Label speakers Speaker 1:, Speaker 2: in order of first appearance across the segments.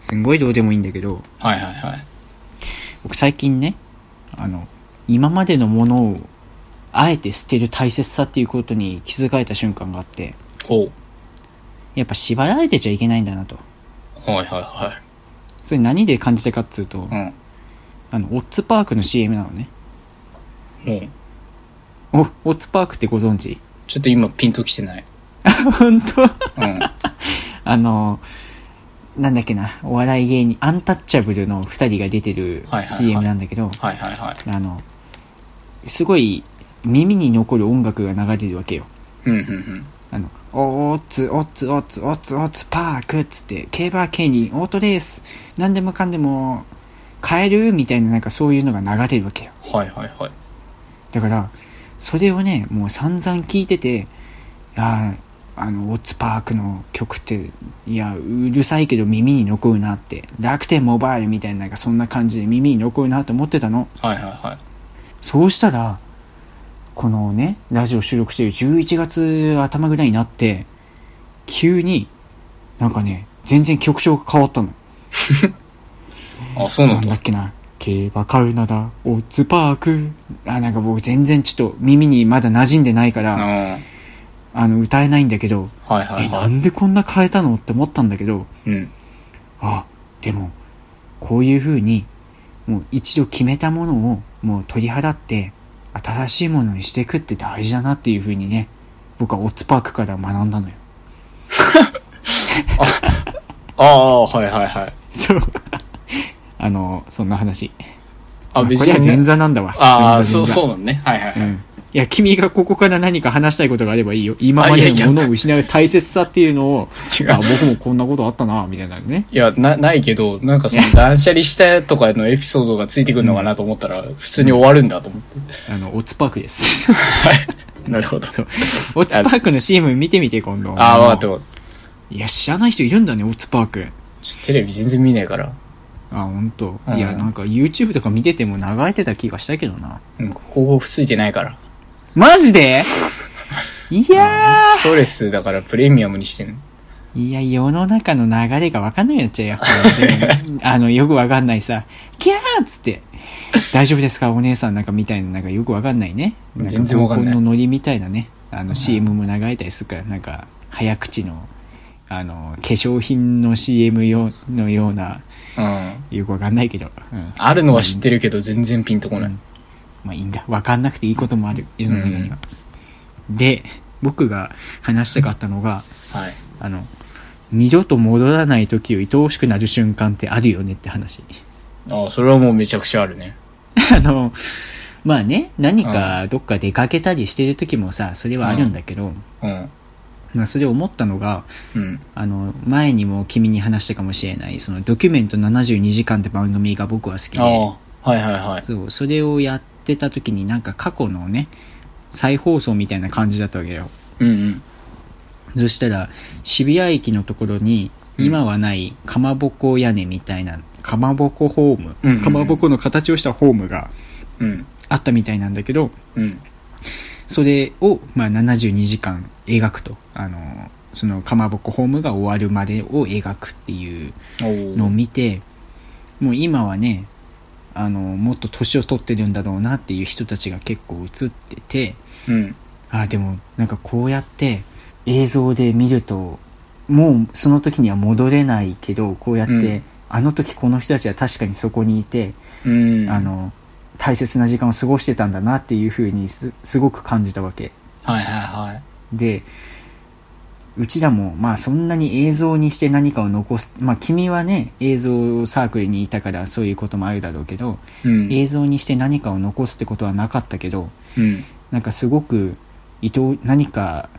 Speaker 1: すんごいどうでもいいんだけど、
Speaker 2: はいはいはい。
Speaker 1: 僕最近ね、あの、今までのものを、あえて捨てる大切さっていうことに気づかれた瞬間があって、
Speaker 2: ほ
Speaker 1: やっぱ縛られてちゃいけないんだなと。
Speaker 2: う。はいはいは
Speaker 1: それ何で感じたかっつうと、
Speaker 2: い。うん。
Speaker 1: あの、オッツパークの CM なのね。
Speaker 2: もうん。
Speaker 1: お、オッツパークってご存知
Speaker 2: ちょっと今ピンときてない。
Speaker 1: 本当
Speaker 2: うん。
Speaker 1: あの、なんだっけな、お笑い芸人、アンタッチャブルの二人が出てる
Speaker 2: はいはいはい
Speaker 1: CM なんだけど、
Speaker 2: はいはいはい。
Speaker 1: あの、すごい耳に残る音楽が流れるわけよ。
Speaker 2: うんうんうん。
Speaker 1: あの、おーっつ、おっつ、おっつ、おっつ、おっつ、パークっつって、競馬競輪、オートレース、何でもかんでも、買えるみたいななんかそういうのが流れるわけよ。
Speaker 2: はいはいはい。
Speaker 1: だから、それをね、もう散々聞いてて、いやーあの、オッツパークの曲って、いや、うるさいけど耳に残るなって、楽天モバイルみたいな、なんかそんな感じで耳に残るなと思ってたの。
Speaker 2: はいはいはい。
Speaker 1: そうしたら、このね、ラジオ収録してる11月頭ぐらいになって、急に、なんかね、全然曲調が変わったの。
Speaker 2: あ、そうな
Speaker 1: なんんだ
Speaker 2: だ。
Speaker 1: っけな。競馬買うなだ、オッズパーク。あ、なんか僕全然ちょっと耳にまだ馴染んでないか
Speaker 2: うん。
Speaker 1: ら、
Speaker 2: はい
Speaker 1: あの、歌えないんだけど、
Speaker 2: はいは。
Speaker 1: え、ないんでこんな変えたのって思ったんだけど、
Speaker 2: うん。
Speaker 1: あ、でも、こういう風に、もう一度決めたものをもう取り払って、新しいものにしていくって大事だなっていう風にね、僕はオッツパークから学んだのよ。
Speaker 2: ああ、はいはいはい。
Speaker 1: そう。 あの、そんな話。
Speaker 2: あ、
Speaker 1: ま
Speaker 2: 別
Speaker 1: これは
Speaker 2: に
Speaker 1: 前
Speaker 2: ね。
Speaker 1: 座なんだわ。
Speaker 2: ああ、
Speaker 1: 前座
Speaker 2: そ
Speaker 1: 前
Speaker 2: う、
Speaker 1: 座
Speaker 2: そうなんね。はいはいは
Speaker 1: う
Speaker 2: い。
Speaker 1: ん。いや、君がここから何か話したいことがあればいいよ。今まで
Speaker 2: いや
Speaker 1: の
Speaker 2: いや
Speaker 1: ものを失う大切さっていうの を、
Speaker 2: 違う
Speaker 1: あ僕もこんなことあったな、みたいなね。
Speaker 2: いや、な、ないけど、なんかその断捨離したとかのエピソードがついてくるのかなと思ったら、普通に終わるんだと思って。
Speaker 1: あの、オッツパークです。
Speaker 2: なるほど。
Speaker 1: そう。オッツパークの CM 見てみて、今度。
Speaker 2: ああ、わかったわかった。
Speaker 1: いや、知らない人いるんだね、オッツパーク。
Speaker 2: ちょテレビ全然見ないから。
Speaker 1: あ、ほんと。
Speaker 2: うん
Speaker 1: いや、なんか YouTube とか見てても流れてた気がしたけどな。
Speaker 2: うん、広告ついてないから。
Speaker 1: マジでいや
Speaker 2: ストレスだからプレミアムにしてんの。
Speaker 1: ーいや、世の中の流れがわかんないようになっちゃうよ。 あの、よくわかんないさ、キャーっつって、大丈夫ですかお姉さんなんかみたいな、なんかよくわかんないね。なん
Speaker 2: 全然わかんない
Speaker 1: 合コンのノリみたいなね。あの、CM も流れたりするから、なんか、早口の、あの、化粧品の CM よのような、
Speaker 2: うん。
Speaker 1: よくわかんないけど。うん。
Speaker 2: あるのは知ってるけど全然ピンとこない。
Speaker 1: まあいいんだ。わかんなくていいこともある。世の中には。で、僕が話したかったのが、
Speaker 2: はい。
Speaker 1: あの、二度と戻らない時を愛おしくなる瞬間ってあるよねって話。
Speaker 2: ああ、それはもうめちゃくちゃあるね。
Speaker 1: あの、まあね、何かどっか出かけたりしてる時もさ、それはあるんだけど、
Speaker 2: うん。
Speaker 1: まあそれを思ったのが、
Speaker 2: うん。
Speaker 1: あの、前にも君に話したかもしれない、そのドキュメント72時間って番組が僕は好き
Speaker 2: あ
Speaker 1: で、
Speaker 2: あ、はいはいはい。
Speaker 1: そう、それをやってた時になんか過去のね、再放送みたいな感じだったわけよ。
Speaker 2: うんうん。
Speaker 1: そしたら、渋谷駅のところに、今はないかまぼこ屋根みたいな、かまぼこホーム、
Speaker 2: うんうんうん
Speaker 1: かまぼこの形をしたホームが
Speaker 2: うん。
Speaker 1: あったみたいなんだけど、
Speaker 2: うん。
Speaker 1: それを、まあ、72時間描くと。あの、そのかまぼこホームが終わるまでを描くっていう
Speaker 2: お
Speaker 1: のを
Speaker 2: ー
Speaker 1: 見て、もう今はね、あの、もっと年を取ってるんだろうなっていう人たちが結構映ってて、
Speaker 2: うん。
Speaker 1: あでもなんかこうやって映像で見るともうその時には戻れないけどこうやって、
Speaker 2: うん
Speaker 1: あの時この人たちは確かにそこにいて、
Speaker 2: うん。
Speaker 1: あ。の大切な時間を過ごしてたんだなっていうふうにすすごく感じたわけ
Speaker 2: はいはいはい。
Speaker 1: でうちらもまあそんなに映像にして何かを残すまあ君はね映像サークルにいたからそういうこともあるだろうけど、
Speaker 2: うん。
Speaker 1: 映像にして何かを残すってことはなかったけど、
Speaker 2: うん。
Speaker 1: なんかすごく愛お何か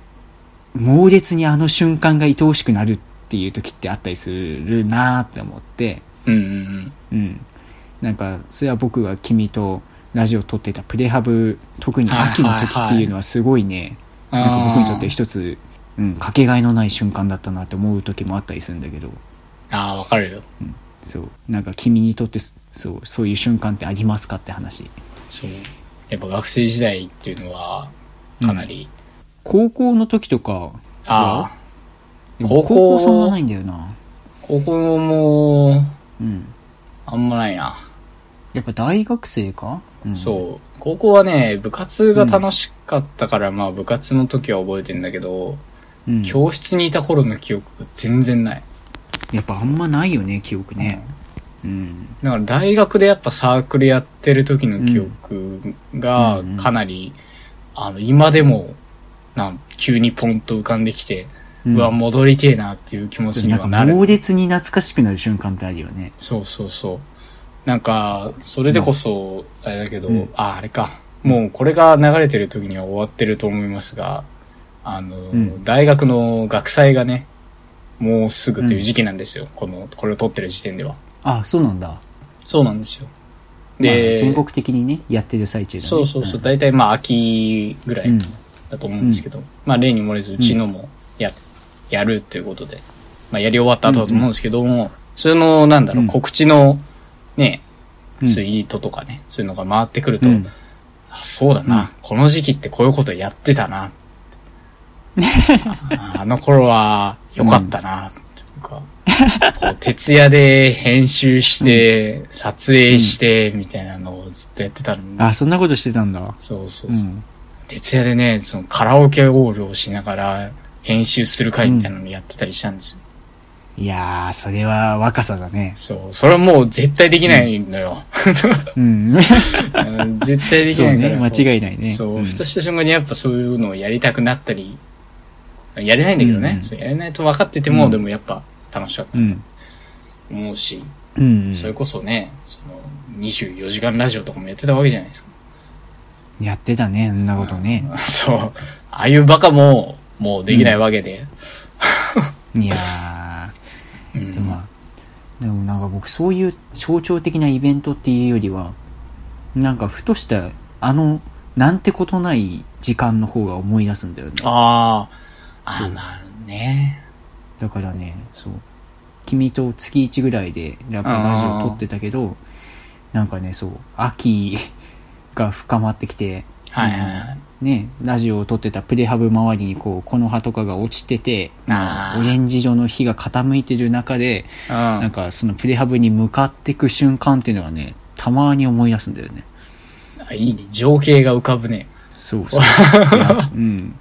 Speaker 1: 猛烈にあの瞬間が愛おしくなるっていう時ってあったりするなーって思って、
Speaker 2: うんうん
Speaker 1: うん。なんかそれは僕が君とラジオ撮ってたプレハブ特に秋の時っていうのはすごいね、
Speaker 2: はいはいはい
Speaker 1: なんか僕にとって一つ、うん、かけがえのない瞬間だったなって思う時もあったりするんだけど、
Speaker 2: ああ、わかるよ。
Speaker 1: そう。なんか君にとってすそう、そういう瞬間ってありますかって話。
Speaker 2: そう。やっぱ学生時代っていうのは、かなり。
Speaker 1: 高校の時とかは、
Speaker 2: ああ。
Speaker 1: でも
Speaker 2: 高校
Speaker 1: 高校そんなないんだよな。
Speaker 2: ここも、
Speaker 1: うん。
Speaker 2: あんまないな。
Speaker 1: やっぱ大学生か、うん、
Speaker 2: そう。高校はね、部活が楽しかったから、まあ部活の時は覚えてんだけど、
Speaker 1: う。うん、
Speaker 2: 教室にいた頃の記憶が全然ない。
Speaker 1: やっぱあんまないよね、記憶ね。うん。
Speaker 2: だから大学でやっぱサークルやってる時の記憶が
Speaker 1: うん
Speaker 2: かなり、あの、今でも、なん急にポンと浮かんできて、うわ、戻りてえなっていう気持ちに
Speaker 1: なん
Speaker 2: は
Speaker 1: か
Speaker 2: なる。
Speaker 1: 猛烈に懐かしくなる瞬間ってあるよね。
Speaker 2: そうそうそう。なんか、それでこそ、あれだけど、
Speaker 1: うん
Speaker 2: あ、あれか。もうこれが流れてる時には終わってると思いますが、あの、
Speaker 1: ん
Speaker 2: 大学の学祭がね、もうすぐという時期なんですよ。この、これを撮ってる時点では。
Speaker 1: あ、そうなんだ。
Speaker 2: そうなんですよ。
Speaker 1: ま
Speaker 2: で
Speaker 1: あ、全国的にね、やってる最中だね。
Speaker 2: そうそうそう、
Speaker 1: ん
Speaker 2: 大体まあ秋ぐら
Speaker 1: う
Speaker 2: い
Speaker 1: ん。
Speaker 2: だと思うんですけど、まあ例に漏れずうちのもや、やるということで、まあやり終わった後だと思うんですけども、それの、なんだろ
Speaker 1: う
Speaker 2: う、
Speaker 1: ん
Speaker 2: 告知のね、
Speaker 1: うん
Speaker 2: ツイートとかね、そういうのが回ってくると、
Speaker 1: うん
Speaker 2: あそうだな、
Speaker 1: うん
Speaker 2: この時期ってこういうことやってたな。ああの頃は良かったな、とか、こう徹夜で編集して、撮影して、みたいなのをずっとやってたのに、
Speaker 1: あ、そんなことしてたんだ。
Speaker 2: そうそうそう。
Speaker 1: うん。
Speaker 2: 徹夜でね、そのカラオケオールをしながら編集する会みたいなのやってたりしたんですよ。
Speaker 1: いやー、それは若さだね。
Speaker 2: そう、それはもう絶対できないのよ。
Speaker 1: うん。
Speaker 2: うん絶対でき
Speaker 1: そう
Speaker 2: ないか
Speaker 1: ね、
Speaker 2: ら。
Speaker 1: 間違い
Speaker 2: な
Speaker 1: ないね。
Speaker 2: そう、
Speaker 1: ん
Speaker 2: ふとした瞬間にやっぱそういうのをやりたくなったり、やれないんだけどね。
Speaker 1: うん
Speaker 2: そうやれないと分かってても、
Speaker 1: うん
Speaker 2: でもやっぱ楽しかった
Speaker 1: う
Speaker 2: と
Speaker 1: ん。
Speaker 2: 思うし、
Speaker 1: うんうん
Speaker 2: それこそね、その24時間ラジオとかもやってたわけじゃないですか。
Speaker 1: やってたね、そんなことね。
Speaker 2: そう。ああいうバカも、もうできないわけで。
Speaker 1: いや
Speaker 2: うん
Speaker 1: ー、でもまあ、でもなんか僕そういう象徴的なイベントっていうよりは、なんかふとした、あの、なんてことない時間の方が思い出すんだよね。
Speaker 2: ああ、あ
Speaker 1: そ
Speaker 2: あ、
Speaker 1: う
Speaker 2: なるね。
Speaker 1: だからね、そう。君と月1ぐらいで、やっぱラジオ撮ってたけど、なんかね、そう、秋が深まってきて、
Speaker 2: はいはい
Speaker 1: その
Speaker 2: はい。
Speaker 1: ね、ラジオを撮ってたプレハブ周りにこう、この葉とかが落ちてて、
Speaker 2: あー
Speaker 1: オレンジ色の火が傾いてる中で、
Speaker 2: う
Speaker 1: なん
Speaker 2: ん。
Speaker 1: かそのプレハブに向かってく瞬間っていうのはね、たまに思い出すんだよね。
Speaker 2: あいいね。情景が浮かぶね。
Speaker 1: そうそう。 いやうん。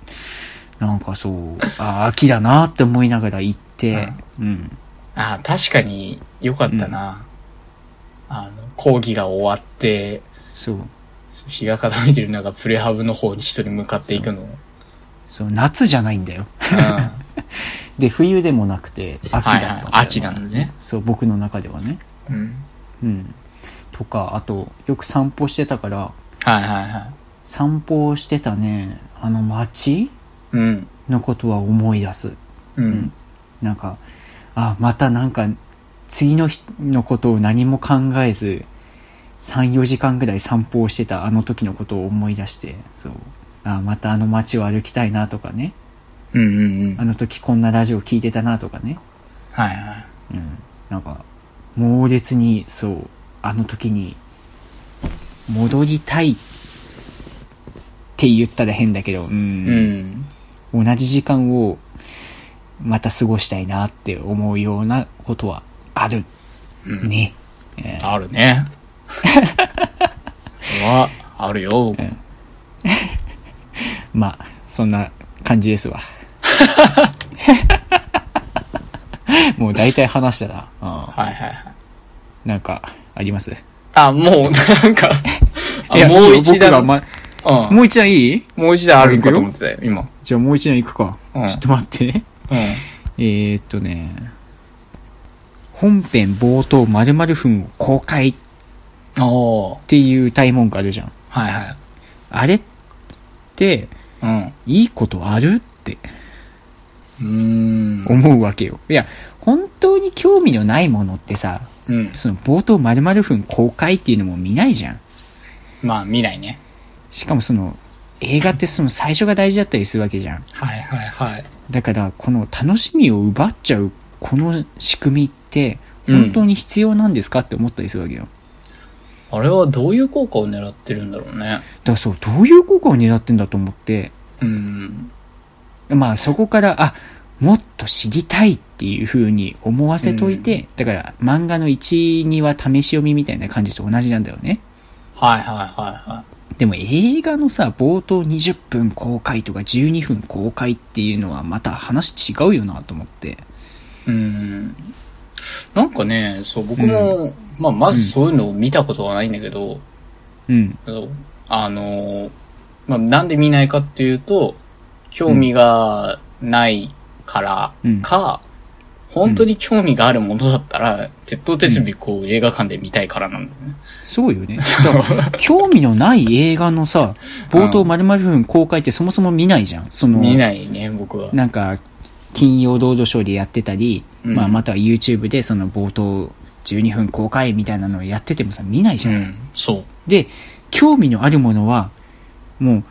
Speaker 1: なんかそう、あー秋だなって思いながら行って、うん。
Speaker 2: ああ、確かに良かったな。あの、講義が終わって、
Speaker 1: そう。
Speaker 2: 日が傾いてる中、プレハブの方に一人向かっていくの。うん。
Speaker 1: そう、夏じゃないんだよ。
Speaker 2: は
Speaker 1: で、冬でもなくて、秋だ
Speaker 2: いは
Speaker 1: ったんだよ、
Speaker 2: い。秋なのね。
Speaker 1: そう、僕の中ではね。
Speaker 2: うん。
Speaker 1: うん。とか、あと、よく散歩してたから、
Speaker 2: はいはいはい。
Speaker 1: 散歩してたね、あの街
Speaker 2: うん。
Speaker 1: のことは思い出す。
Speaker 2: うん。
Speaker 1: なんか、あ、またなんか、次の日のことを何も考えず、3、4時間ぐらい散歩をしてたあの時のことを思い出して、そう。あ、またあの街を歩きたいなとかね。
Speaker 2: うんうんうん。
Speaker 1: あの時こんなラジオ聞いてたなとかね。
Speaker 2: はいはい。
Speaker 1: うん、なんか猛烈にそうあの時に戻りたいって言ったら変だけど、う
Speaker 2: うんん。
Speaker 1: 同じ時間をまた過ごしたいなって思うようなことはある
Speaker 2: うん。
Speaker 1: ね。
Speaker 2: ある ね。は、あるよ。
Speaker 1: まあそんな感じ ですわ。もう大体話したな。うん
Speaker 2: はいはいはい。
Speaker 1: なんかあります
Speaker 2: あ、もう、なんか、あ
Speaker 1: いや
Speaker 2: もう
Speaker 1: いいよ
Speaker 2: 一
Speaker 1: 僕
Speaker 2: 段、
Speaker 1: がま
Speaker 2: うん、
Speaker 1: もう一段いい
Speaker 2: もう一段あるかと思ってたよ、今。
Speaker 1: じゃあもう一段行くか。
Speaker 2: うん
Speaker 1: ちょっと待ってね。
Speaker 2: うん。
Speaker 1: えー、っとね、本編冒頭〇〇分を公開っ
Speaker 2: おー
Speaker 1: ていう大文句あるじゃん。
Speaker 2: はいはい。
Speaker 1: あれって、
Speaker 2: うん。う
Speaker 1: いいことあるって
Speaker 2: ーん。
Speaker 1: 思うわけよ。いや、本当に興味のないものってさ、
Speaker 2: うん。
Speaker 1: その冒頭〇〇分公開っていうのも見ないじゃん。
Speaker 2: まあ、見ないね。
Speaker 1: しかもその、映画ってその最初が大事だったりするわけじゃん。
Speaker 2: はいはいはい。
Speaker 1: だから、この楽しみを奪っちゃう、この仕組みって、
Speaker 2: うん
Speaker 1: 本当に必要なんですかって思ったりするわけよ。
Speaker 2: あれはどういう効果を狙ってるんだろうね。
Speaker 1: だからそう、どういう効果を狙ってんだと思って、
Speaker 2: うん。
Speaker 1: まあそこから、あ、もっと知りたいっていう風に思わせといて、だから漫画の1、2は試し読みみたいな感じと同じなんだよね。
Speaker 2: はいはいはいは
Speaker 1: でも映画のさ、冒頭20分公開とか12分公開っていうのはまた話違うよなと思って。
Speaker 2: い。うん。なんかね、そう、僕も、まあ、まずそういうのを見たことはないんだけど、
Speaker 1: うん。
Speaker 2: そうあのー、まあ、なんで見ないかっていうと、興味がないからか、本当に興味があるものだったら、鉄道鉄尾こう映画館で見たいからなんだよね。
Speaker 1: そうよね。だから、興味のない映画のさ、冒頭丸々分公開ってそもそも見ないじゃん。その、
Speaker 2: 見ないね、僕は。
Speaker 1: なんか、金曜ロードショーでやってたり、
Speaker 2: うん
Speaker 1: まあ、または YouTube でその冒頭12分公開みたいなのをやっててもさ、見ないじ
Speaker 2: う
Speaker 1: ゃん。
Speaker 2: ん、そう。
Speaker 1: で、興味のあるものは、もう、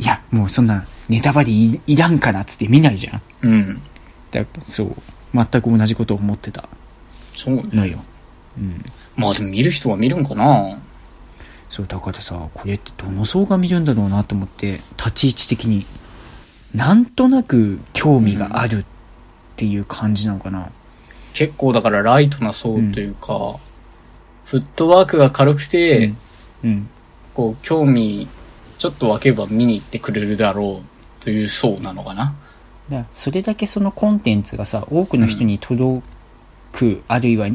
Speaker 1: いや、もうそんな、ネタバレいいらんからっつって見ないじゃん。
Speaker 2: うん。
Speaker 1: だそう。全く同じことを思ってた
Speaker 2: そうね。
Speaker 1: のよ。うん。
Speaker 2: まあでも見る人は見るんかな
Speaker 1: そう、だからさ、これってどの層が見るんだろうなと思って、立ち位置的に、なんとなく興味があるっていう感じなのかな。
Speaker 2: 結構だからライトな層というか、フットワークが軽くて、
Speaker 1: うんうん。
Speaker 2: こう、興味、ちょっと湧けば見に行ってくれるだろうという層なのかな。
Speaker 1: だからそれだけそのコンテンツがさ、多くの人に届く、あるいは、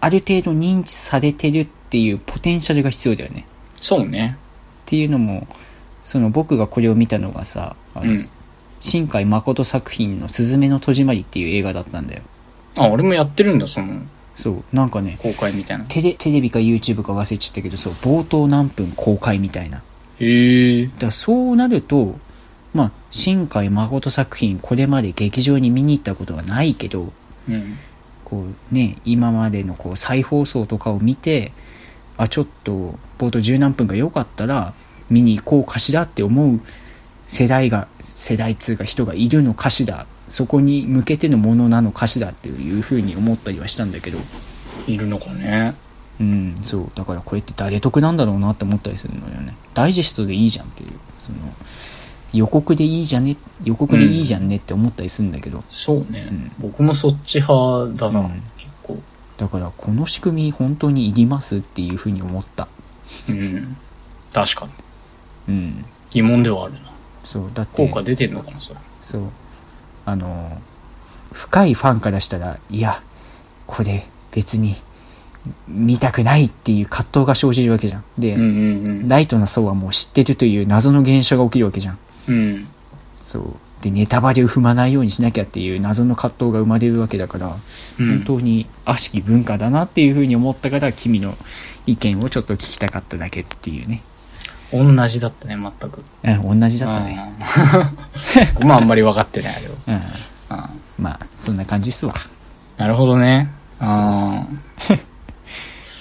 Speaker 1: ある程度認知されてるっていうポテンシャルが必要だよね。
Speaker 2: そうね。
Speaker 1: っていうのも、その僕がこれを見たのがさ、あ
Speaker 2: う
Speaker 1: の、
Speaker 2: ん。
Speaker 1: 新海誠作品の「すずめの戸締まり」っていう映画だったんだよ
Speaker 2: あ、俺もやってるんだ、その、
Speaker 1: そうなんかね
Speaker 2: 公開みたいな。
Speaker 1: テレテレビか YouTube か忘れちゃったけどそう冒頭何分公開みたいなだか
Speaker 2: へえ。
Speaker 1: らそうなるとまあ新海誠作品これまで劇場に見に行ったことがないけど
Speaker 2: うん。
Speaker 1: こうね今までのこう再放送とかを見てあちょっと冒頭十何分が良かったら見に行こうかしらって思う世代が世代通が人がいるのかしらそこに向けてのものなのかしらっていうふうに思ったりはしたんだけど
Speaker 2: いるのかね。
Speaker 1: うんそうだからこれって誰得なんだろうなって思ったりするのよねダイジェストでいいじゃんっていうその予告でいいじゃんね予告でいいじゃんねって思ったりするんだけど、
Speaker 2: そうね。
Speaker 1: うん
Speaker 2: 僕もそっち派だな、
Speaker 1: うん
Speaker 2: 結構。
Speaker 1: だからこの仕組み本当にいりますっていうふうに思った
Speaker 2: うん。確かに。
Speaker 1: うん
Speaker 2: 疑問ではあるな。
Speaker 1: そうだって
Speaker 2: 効果出てんのかな、それ。
Speaker 1: そうあの深いファンからしたらいやこれ別に見たくないっていう葛藤が生じるわけじゃんで、
Speaker 2: うんうん
Speaker 1: ライトな層はもう知ってるという謎の現象が起きるわけじゃん
Speaker 2: うん。うん。
Speaker 1: そうでネタバレを踏まないようにしなきゃっていう謎の葛藤が生まれるわけだから、
Speaker 2: うん
Speaker 1: 本当に悪しき文化だなっていうふうに思ったから君の意見をちょっと聞きたかっただけっていうね
Speaker 2: 同じだったね、全く。
Speaker 1: うん同じだったね
Speaker 2: うん。まああんまり分かってないよ。
Speaker 1: うん
Speaker 2: うん
Speaker 1: まあそんな感じっすわ
Speaker 2: なるほどね。あ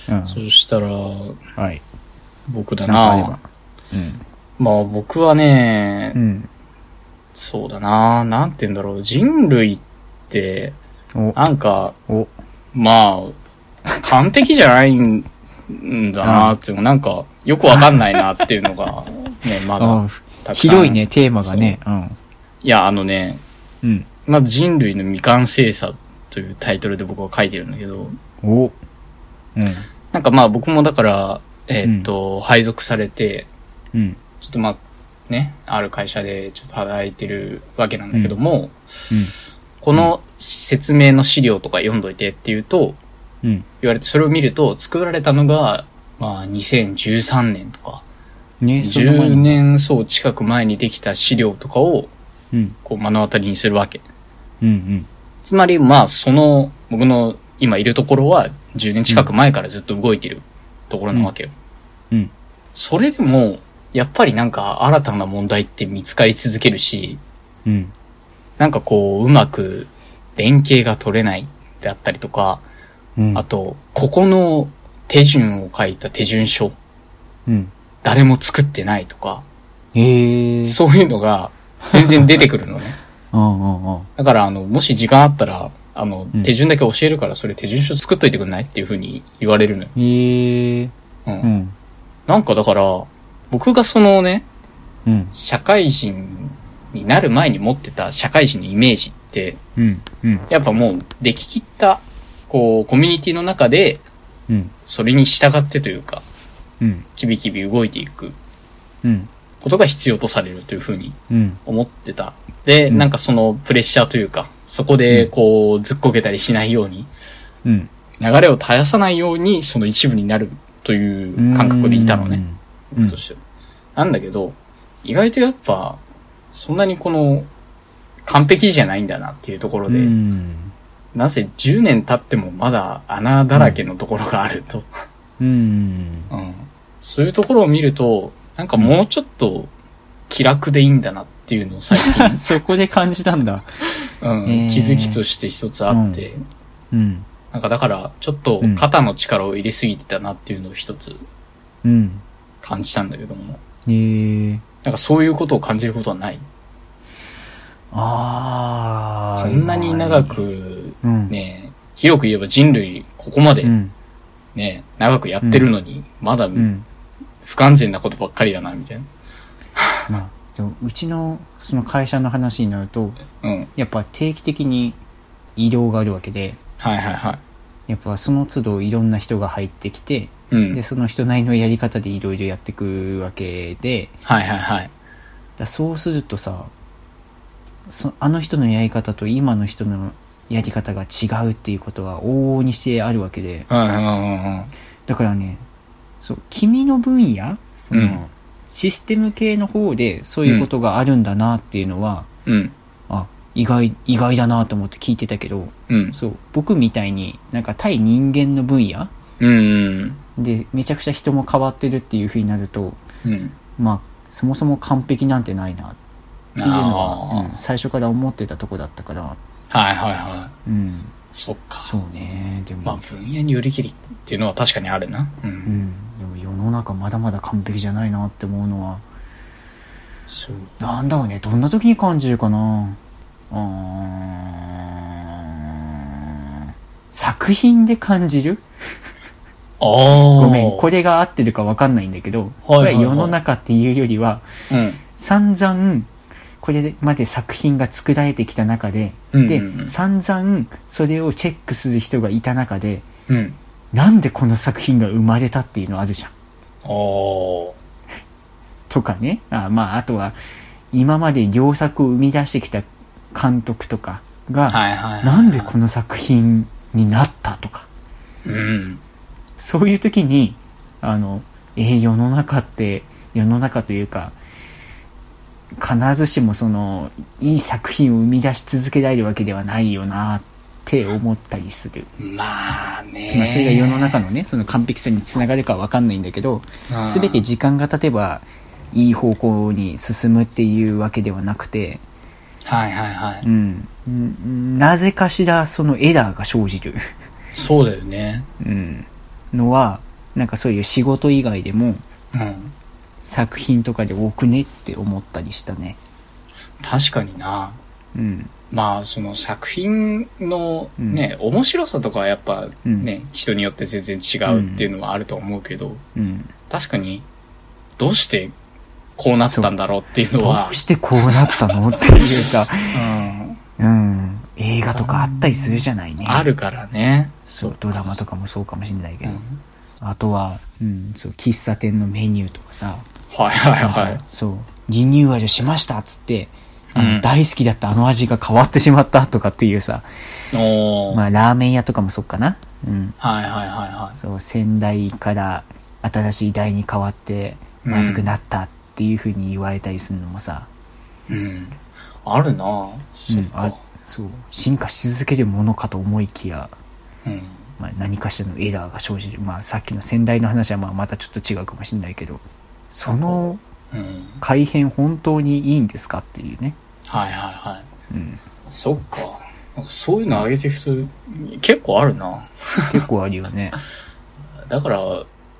Speaker 1: うん
Speaker 2: あ。そしたら、
Speaker 1: はい
Speaker 2: 僕だ
Speaker 1: なんかあれ
Speaker 2: な
Speaker 1: ば。うん
Speaker 2: まあ僕はね、
Speaker 1: うん
Speaker 2: そうだな。なんて言うんだろう。人類って、
Speaker 1: お
Speaker 2: なんか、
Speaker 1: お
Speaker 2: まあ、完璧じゃないんだなっていうのなんか、よくわかんないなっていうのが、 ね、まだ
Speaker 1: あ
Speaker 2: たくさん。
Speaker 1: 広いね。テーマがねうん
Speaker 2: いや、あのね、
Speaker 1: うん
Speaker 2: まあ人類の未完成さというタイトルで僕は書いてるんだけど、
Speaker 1: おうん
Speaker 2: なんかまあ僕もだから、えーっと、配属されて、
Speaker 1: うん
Speaker 2: ちょっとまあ、ね、ある会社でちょっと働いてるわけなんだけども、この説明の資料とか読んどいてって言うと、
Speaker 1: うんうん
Speaker 2: 言われて、それを見ると、作られたのが、まあ、2013年とか、
Speaker 1: ねそんなもん
Speaker 2: 10年そう近く前にできた資料とかを、
Speaker 1: うん
Speaker 2: こう、目の当たりにするわけ。
Speaker 1: うん
Speaker 2: つまり、まあ、その、僕の今いるところは、10年近く前からずっと動いてるところなわけよ。
Speaker 1: うんうん
Speaker 2: それでも、やっぱりなんか新たな問題って見つかり続けるし、
Speaker 1: うん
Speaker 2: なんかこう、うまく連携が取れないであったりとか、
Speaker 1: うん
Speaker 2: あと、ここの手順を書いた手順書、
Speaker 1: うん
Speaker 2: 誰も作ってないとか、
Speaker 1: へえ
Speaker 2: そういうのが全然出てくる のね。
Speaker 1: うんうんうん
Speaker 2: だから、あの、もし時間あったら、あの
Speaker 1: う、ん
Speaker 2: 手順だけ教えるから、それ手順書作っといてくんないっていう風に言われるのよ。
Speaker 1: へえ
Speaker 2: う。
Speaker 1: うんん
Speaker 2: なんかだから、僕がそのね、
Speaker 1: うん
Speaker 2: 社会人になる前に持ってた社会人のイメージっって、
Speaker 1: うん、うん、
Speaker 2: やっぱもうでききった、こう、コミュニティの中で、
Speaker 1: うん、
Speaker 2: それに従ってというか、
Speaker 1: うん、
Speaker 2: キビキビ動いていく
Speaker 1: うん、
Speaker 2: ことが必要とされるというふうに
Speaker 1: うん、
Speaker 2: 思ってた。で、
Speaker 1: うん
Speaker 2: なんかそのプレッシャーというか、そこでこう、ずっこけたりしないように、
Speaker 1: うん。
Speaker 2: 流れを絶やさないように、その一部になるという感覚でいたのね、
Speaker 1: うん。
Speaker 2: 僕としてはなんだけど、意外とやっぱ、そんなにこの、完璧じゃないんだなっていうところ
Speaker 1: う
Speaker 2: で、
Speaker 1: ん。
Speaker 2: なぜ10年経ってもまだ穴だらけのところがあると。
Speaker 1: うん。、
Speaker 2: うんそういうところを見ると、なんかもうちょっと気楽でいいんだなっていうのを最 近
Speaker 1: そこで感じたんだ。
Speaker 2: うん
Speaker 1: えー
Speaker 2: 気づきとして一つあって、
Speaker 1: うん。
Speaker 2: なんかだからちょっと肩の力を入れすぎてたなっていうのを一つ
Speaker 1: うん。
Speaker 2: 感じたんだけども、
Speaker 1: えー。
Speaker 2: なんかそういうことを感じることはない。
Speaker 1: あ
Speaker 2: こ
Speaker 1: あ。
Speaker 2: んなに長。く、
Speaker 1: うん。
Speaker 2: ね、広く言えば人類ここまで
Speaker 1: うん。
Speaker 2: ね、長くやってるのに、まだ
Speaker 1: うん。
Speaker 2: 不完全なことばっかりだな、みたい
Speaker 1: まあ、でも、うちの、その会社の話になると、
Speaker 2: な。うん。
Speaker 1: やっぱ定期的に移動があるわけで、
Speaker 2: はいはいはい。
Speaker 1: やっぱその都度いろんな人が入ってきて、
Speaker 2: うん。
Speaker 1: で、その人なりのやり方でいろいろやってくわけで、
Speaker 2: はいはいはい。
Speaker 1: だそうするとさそあの人のやり方と今の人のやり方が違うっていうことが往々にしてあるわけで
Speaker 2: うんうんうんうん。
Speaker 1: だからねそう君の分野その、
Speaker 2: うん
Speaker 1: システム系の方でそういうことがあるんだなっていうのは、
Speaker 2: うん。
Speaker 1: あ意外意外だなと思って聞いてたけど
Speaker 2: うん。
Speaker 1: そう僕みたいになんか対人間の分野
Speaker 2: うん。
Speaker 1: でめちゃくちゃ人も変わってるっていう風になると
Speaker 2: うん。
Speaker 1: まあそもそも完璧なんてないなっていうのは、うん
Speaker 2: あ
Speaker 1: 最初から思ってたとこだったから、
Speaker 2: あはいはいは
Speaker 1: うん、
Speaker 2: い。そっか。
Speaker 1: そうねでも、
Speaker 2: まあ、分野によりきりっていうのは確かにあるな。う。
Speaker 1: うんん、でも世の中まだまだ完璧じゃないなって思うのは
Speaker 2: そう。
Speaker 1: なんだろうねどんな時に感じるかなうーん作品で感じる
Speaker 2: ああ。
Speaker 1: ごめんこれが合ってるか分かんないんだけど、
Speaker 2: はいはいはい
Speaker 1: これ世の中っていうよりは
Speaker 2: うん。
Speaker 1: 散々これまで作品が作られてきた中で、
Speaker 2: うん
Speaker 1: で
Speaker 2: うんうん
Speaker 1: 散々それをチェックする人がいた中で、
Speaker 2: うん。
Speaker 1: なんでこの作品が生まれたっていうのあるじゃん。
Speaker 2: ああ。
Speaker 1: とかね。あまあ、あとは、今まで良作を生み出してきた監督とかが、
Speaker 2: はいはいはい。
Speaker 1: なんでこの作品になったとか。
Speaker 2: うん。
Speaker 1: そういう時に、あの、えー世の中って、世の中というか、必ずしもその、いい作品を生み出し続けられるわけではないよなって思ったりする。
Speaker 2: まあね。
Speaker 1: まあ、それが世の中のね、その完璧さにつながるかはわかんないんだけど、
Speaker 2: うん
Speaker 1: すべて時間が経てばいい方向に進むっていうわけではなくて、
Speaker 2: はいはいはい。
Speaker 1: うん。んなぜかしらそのエラーが生じる、
Speaker 2: そうだよね。
Speaker 1: うん、のは、なんかそういう仕事以外でも
Speaker 2: うん。
Speaker 1: 作品とかで多くねって思ったりしたね。
Speaker 2: 確かにな。
Speaker 1: うん。
Speaker 2: まあ、その作品の
Speaker 1: うん
Speaker 2: ね、面白さとかはやっぱ
Speaker 1: うん
Speaker 2: ね、人によって全然違うっていうのはあると思うけど、
Speaker 1: うん。
Speaker 2: 確かに、どうしてこうなったんだろうっていうの
Speaker 1: ど
Speaker 2: は
Speaker 1: う、してこうなったのっていう さ、
Speaker 2: うん、
Speaker 1: うん。映画とかあったりするじゃないね。
Speaker 2: あ。るからね。そ
Speaker 1: そう、ドラマとかもそうかもしれないけ
Speaker 2: う
Speaker 1: ど。
Speaker 2: ん
Speaker 1: あとは、うん、そう、喫茶店のメニューとかさ、
Speaker 2: はいはい
Speaker 1: なんか
Speaker 2: はい。
Speaker 1: そう、リニューアルしましたっつって、あの
Speaker 2: うん
Speaker 1: 大好きだったあの味が変わってしまったとかっていうさ、
Speaker 2: おー
Speaker 1: まあラーメン屋とかもそうかな。うん。
Speaker 2: はいはいはいは
Speaker 1: そう、先代から新しい代に変わって、
Speaker 2: うん
Speaker 1: まずくなったっていう風に言われたりするのもさ、
Speaker 2: い。うん。あるなそっ
Speaker 1: うんあ
Speaker 2: か。
Speaker 1: そう、進化し続けるものかと思いきや、
Speaker 2: うん。
Speaker 1: まあ、何かしらのエラーが生じる。まあさっきの先代の話はまあまたちょっと違うかもしれないけど、その
Speaker 2: うん。
Speaker 1: 改変本当にいいんですかっていうね。
Speaker 2: はいはいはい。
Speaker 1: うん。
Speaker 2: そっか。なんかそういうの上げていくと、結構あるな
Speaker 1: 結構あるよ ね。
Speaker 2: だから、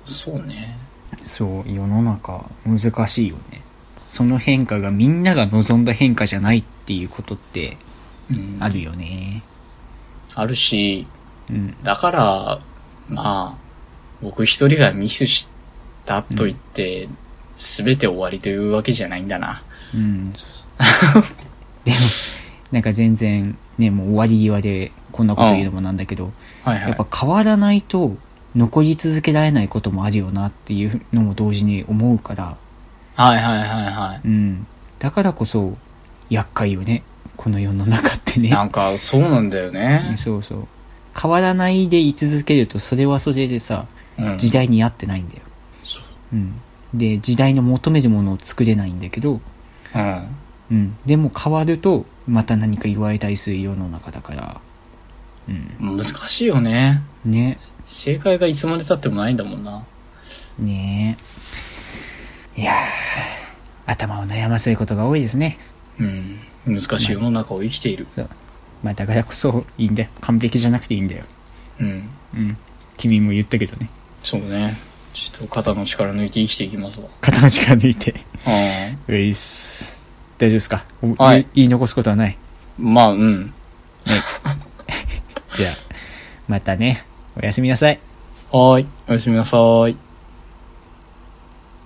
Speaker 2: そうね。
Speaker 1: そう、世の中難しいよね。その変化がみんなが望んだ変化じゃないっていうことって
Speaker 2: うん。
Speaker 1: あるよね。
Speaker 2: あるし、
Speaker 1: うん。
Speaker 2: だから、まあ、僕一人がミスしたと言って、すべて終わりというわけじゃないんだな。
Speaker 1: うん。でも、なんか全然ね、もう終わり際でこんなこと言うのもなんだけど、
Speaker 2: はいはい。
Speaker 1: やっぱ変わらないと残り続けられないこともあるよなっていうのも同時に思うから、
Speaker 2: はいはいはいは
Speaker 1: うん。だからこそ、厄介よね。この世の中って
Speaker 2: い。
Speaker 1: ね。
Speaker 2: なんか、そうなんだよね。
Speaker 1: そうそう。変わらないで居続けると、それはそれでさ、
Speaker 2: うん。
Speaker 1: 時代に合ってないんだよ。
Speaker 2: そう
Speaker 1: うん。で、時代の求めるものを作れないんだけど、
Speaker 2: うん。
Speaker 1: うん。でも変わると、また何か言われたりする世の中だから。うん。
Speaker 2: 難しいよね。
Speaker 1: ね。
Speaker 2: 正解がいつまで経ってもないんだもんな。
Speaker 1: ねえ。いやー、頭を悩ませることが多いですね。
Speaker 2: うん。難しい世の中を生きている。
Speaker 1: そう。まあ、だからこそ、いいんだよ。完璧じゃなくていいんだよ。
Speaker 2: うん。
Speaker 1: うん。君も言ったけどね。
Speaker 2: そうね。ちょっと肩の力抜いて生きていきますわ。
Speaker 1: 肩の力抜いて。
Speaker 2: うん。
Speaker 1: ういっす。大丈夫ですかお
Speaker 2: はい
Speaker 1: 言い残すことはない。
Speaker 2: まあ、うん。
Speaker 1: じゃあ、またね。おやすみなさい。
Speaker 2: はーい。おやすみなさーい。